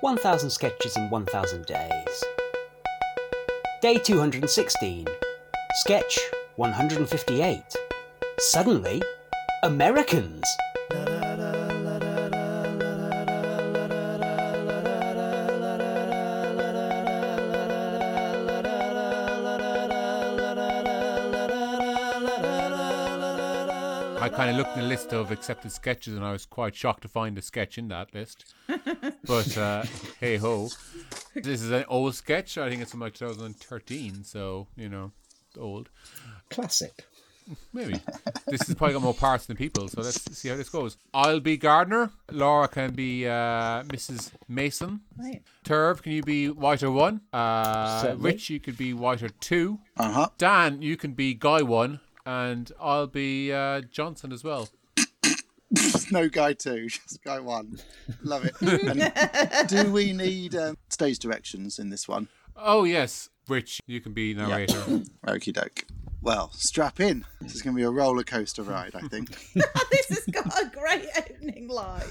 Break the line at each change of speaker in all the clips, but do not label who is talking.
1000 Sketches in 1000 Days. Day 216. Sketch 158. Suddenly, Americans!
I kind of looked in the list of accepted sketches and I was quite shocked to find a sketch in that list. but uh, hey ho. This is an old sketch. I think it's from like 2013, so, you know, old.
Classic.
Maybe. This has probably got more parts than people, so let's see how this goes. I'll be gardener. Laura can be uh, Mrs. Mason.
Right.
Turv, can you be Whiter 1? Uh,
Certainly.
Rich, you could be Whiter 2.
Uh huh.
Dan, you can be Guy 1. And I'll be uh, Johnson as well.
no guy two, just guy one. Love it. And do we need um, stage directions in this one?
Oh yes, Rich, you can be narrator.
Okie doke. Well, strap in. This is going to be a roller coaster ride, I think.
this has got a great opening line.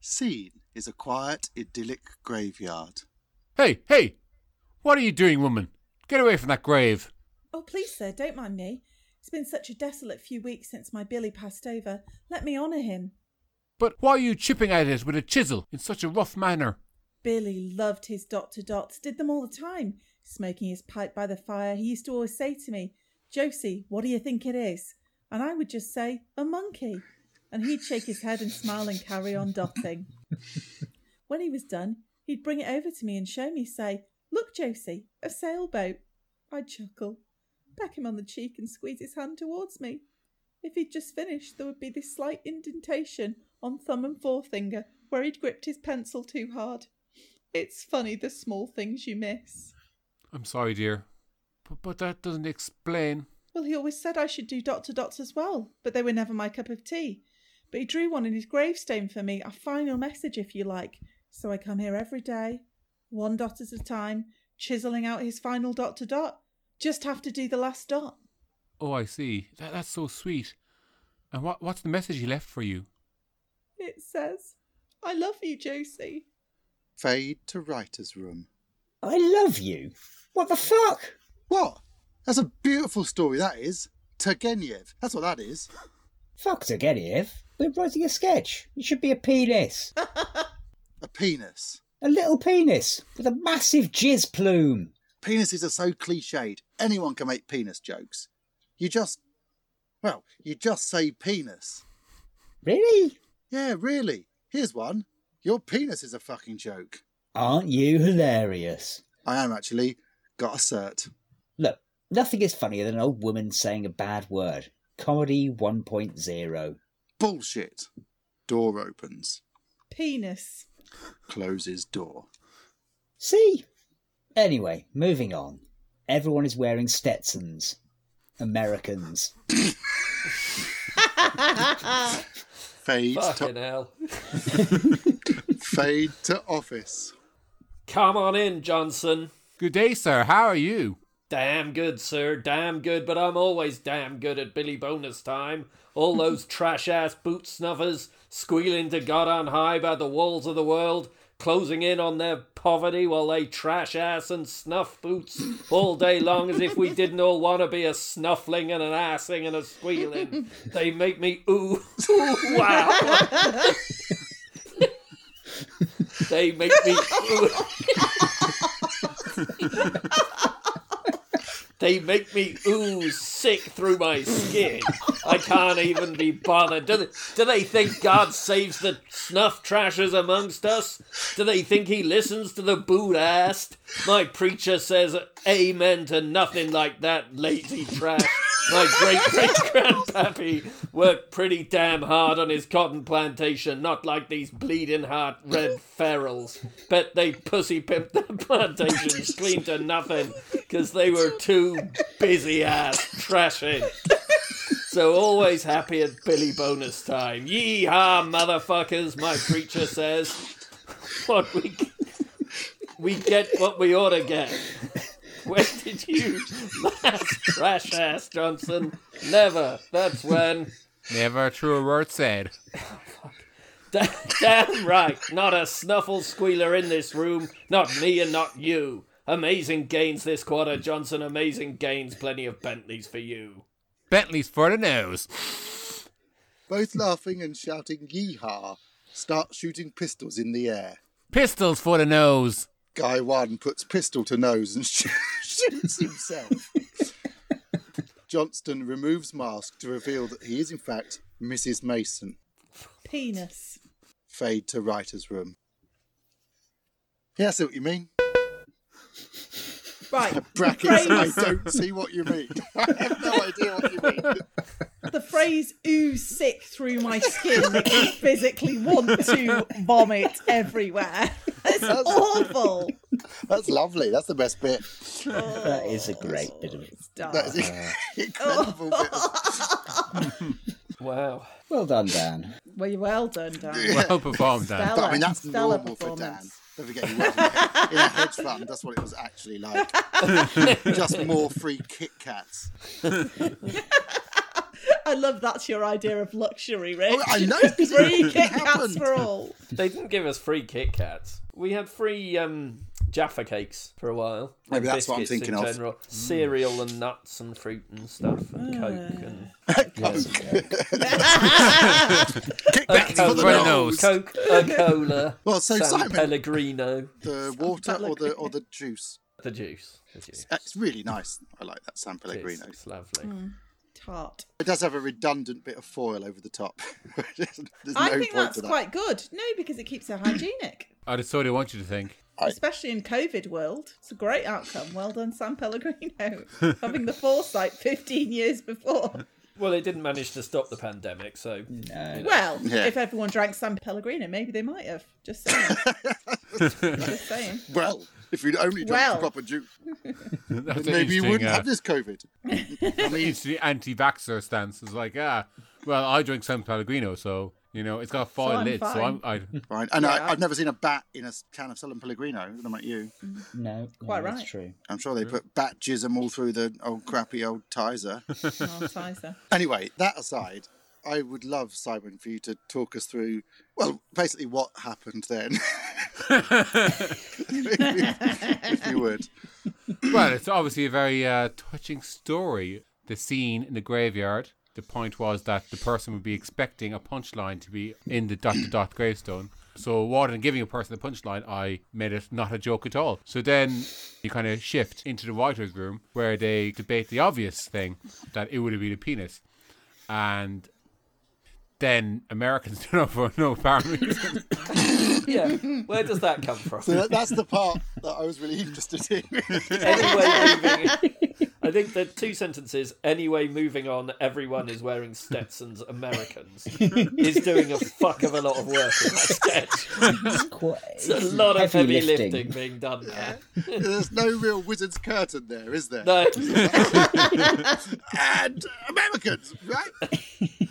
Scene is a quiet, idyllic graveyard.
hey, hey, what are you doing, woman? Get away from that grave.
Oh, please, sir, don't mind me. It's been such a desolate few weeks since my Billy passed over. Let me honour him.
But why are you chipping at it with a chisel in such a rough manner?
Billy loved his dot to dots, did them all the time. Smoking his pipe by the fire, he used to always say to me, Josie, what do you think it is? And I would just say, a monkey. And he'd shake his head and smile and carry on dotting. when he was done, he'd bring it over to me and show me, say, Look, Josie, a sailboat. I'd chuckle, peck him on the cheek and squeeze his hand towards me. If he'd just finished, there would be this slight indentation on thumb and forefinger where he'd gripped his pencil too hard. It's funny the small things you miss.
I'm sorry, dear, but, but that doesn't explain.
Well, he always said I should do dot to dots as well, but they were never my cup of tea. But he drew one in his gravestone for me, a final message, if you like. So I come here every day, one dot at a time, chiseling out his final dot to dot. Just have to do the last dot.
Oh, I see. That, that's so sweet. And what what's the message he left for you?
It says, I love you, Josie.
Fade to writer's room.
I love you. What the fuck?
What? That's a beautiful story, that is. Turgenev. That's what that is.
Fuck to get here. We're writing a sketch. It should be a penis.
A penis.
A little penis with a massive jizz plume.
Penises are so cliched. Anyone can make penis jokes. You just, well, you just say penis.
Really?
Yeah, really. Here's one. Your penis is a fucking joke.
Aren't you hilarious?
I am actually. Got a cert.
Look, nothing is funnier than an old woman saying a bad word. Comedy 1.0.
Bullshit. Door opens.
Penis.
Closes door.
See? Anyway, moving on. Everyone is wearing Stetsons. Americans.
Fade
Fucking
to,
hell.
fade to office.
Come on in, Johnson.
Good day, sir. How are you?
Damn good, sir. Damn good, but I'm always damn good at Billy Bonus time. All those trash ass boot snuffers squealing to God on high about the walls of the world, closing in on their poverty while they trash ass and snuff boots all day long as if we didn't all want to be a snuffling and an assing and a squealing. They make me ooh, ooh wow. they make me ooh. They make me ooze sick through my skin. I can't even be bothered. Do they, do they think God saves the snuff trashers amongst us? Do they think he listens to the boot assed? My preacher says amen to nothing like that lazy trash. My great great grandpappy worked pretty damn hard on his cotton plantation, not like these bleeding heart red ferals. Bet they pussy pimped their plantations clean to nothing because they were too busy ass trashing. So always happy at Billy Bonus time. Yee haw, motherfuckers, my preacher says. What we we get what we ought to get. When did you last trash ass Johnson? Never. That's when.
Never a true word said.
Da- Damn right. Not a snuffle squealer in this room. Not me and not you. Amazing gains this quarter, Johnson. Amazing gains. Plenty of Bentleys for you.
Bentley's for the nose.
Both laughing and shouting yeehaw, start shooting pistols in the air.
Pistols for the nose.
Guy one puts pistol to nose and shoots himself. Johnston removes mask to reveal that he is in fact Mrs. Mason.
Penis.
Fade to writer's room. Yeah, I see what you mean.
Right.
Brackets. I
Phrase.
don't see what you mean. I have no idea what you mean.
the phrase ooze sick through my skin makes me physically want to vomit everywhere. It's awful.
That's lovely. That's the best bit.
That is a great bit of
Oh, It's dark.
That is an incredible bit. Of...
Wow.
Well done, Dan.
Well, you're well done, Dan.
Well performed, Dan.
Stellar,
But I mean, that's
stellar
normal for Dan.
performance.
Don't forget, he worked in a- in a hedge fund. That's what it was actually like. Just more free Kit Kats.
I love that's your idea of luxury, Rich.
Oh, I know. because
Free
it
Kit Kats
happened.
for all.
They didn't give us free Kit Kats. We had free um, Jaffa cakes for a while.
Maybe
And
that's what I'm
biscuits
thinking
in
of.
General. Cereal and nuts and fruit and stuff and Coke and
Kit Kats for the
Coke. nose.
nose.
Coke, a cola,
Well, so
San
Simon-
Pellegrino,
The water or the or the juice.
the juice. The juice.
It's really nice. I like that San
It's,
Pellegrino.
it's lovely.
Tart.
It does have a redundant bit of foil over the top. There's no
I
point
think that's
to that.
quite good. No, because it keeps it hygienic.
I just thought I want you to think.
Especially in COVID world, it's a great outcome. Well done, San Pellegrino, having the foresight 15 years before.
Well, it didn't manage to stop the pandemic, so
Well,
Yeah.
if everyone drank San Pellegrino, maybe they might have. Just saying. Just saying.
Well, if you'd only drank
Well.
the proper juice,
That's an
maybe you
interesting,
wouldn't
uh,
have this COVID. I mean,
interesting anti-vaxxer stance. It's like, ah, well, I drink San Pellegrino, so you know it's got a foil
I'm
lid, so I'm.
fine.
I,
right? And
Yeah.
I, I've never seen a bat in a s- can of San Pellegrino. I don't know about you.
No,
Quite
no,
right.
That's true.
I'm sure they put bat jism all through the old crappy old Tizer.
Oh, Tizer.
anyway, that aside, I would love Simon for you to talk us through, well, basically what happened then. if you would.
well, it's obviously a very uh, touching story. The scene in the graveyard. The point was that the person would be expecting a punchline to be in the dot to dot gravestone. So rather than giving a person a punchline, I made it not a joke at all. So then you kind of shift into the writer's room where they debate the obvious thing that it would have been a penis. And then Americans turn up for no apparent reason.
yeah. Where does that come from?
So that- that's the part that I was really interested in.
anyway, moving. I think the two sentences. Anyway, moving on. Everyone is wearing Stetsons. Americans is doing a fuck of a lot of work in that sketch.
It's quite,
There's a lot of heavy, lifting. being done there.
There's no real wizard's curtain there, is there?
No,
And Americans, right?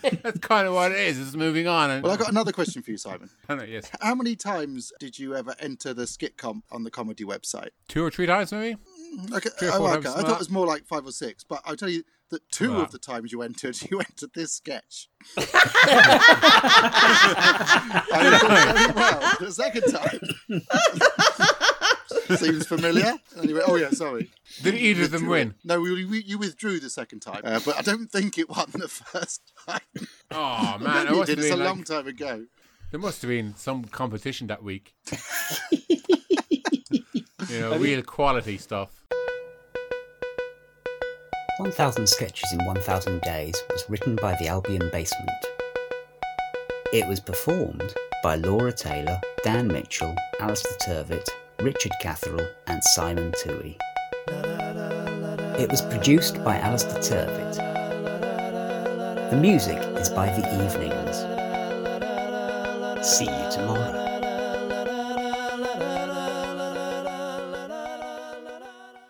That's kind of what it is. It's moving on. And,
Well, I got another question for you, Simon.
I don't know, yes,
How many times did you ever enter the skit comp on the comedy website?
two or three times maybe.
Okay,
or
oh,
four
okay.
times
I thought
smart.
it was more like five or six, but I'll tell you that two
Smart.
of the times you entered, you entered this sketch. I remember very well the second time. Seems familiar. And you went, oh yeah, sorry.
Did either of them
Withdrew
win?
it. No, we, we, you withdrew the second time, uh, but I don't think it won the first time.
Oh man, I
you
must have
did. It's a
been, like-
long time ago.
there must have been some competition that week. you know, real quality stuff.
1000 Sketches in 1000 Days was written by the Albion Basement. It was performed by Laura Taylor, Dan Mitchell, Alistair Turvitt, Richard Catherall, and Simon Toohey. It was produced by Alistair Turvitt. The music is by The Evenings. See you tomorrow.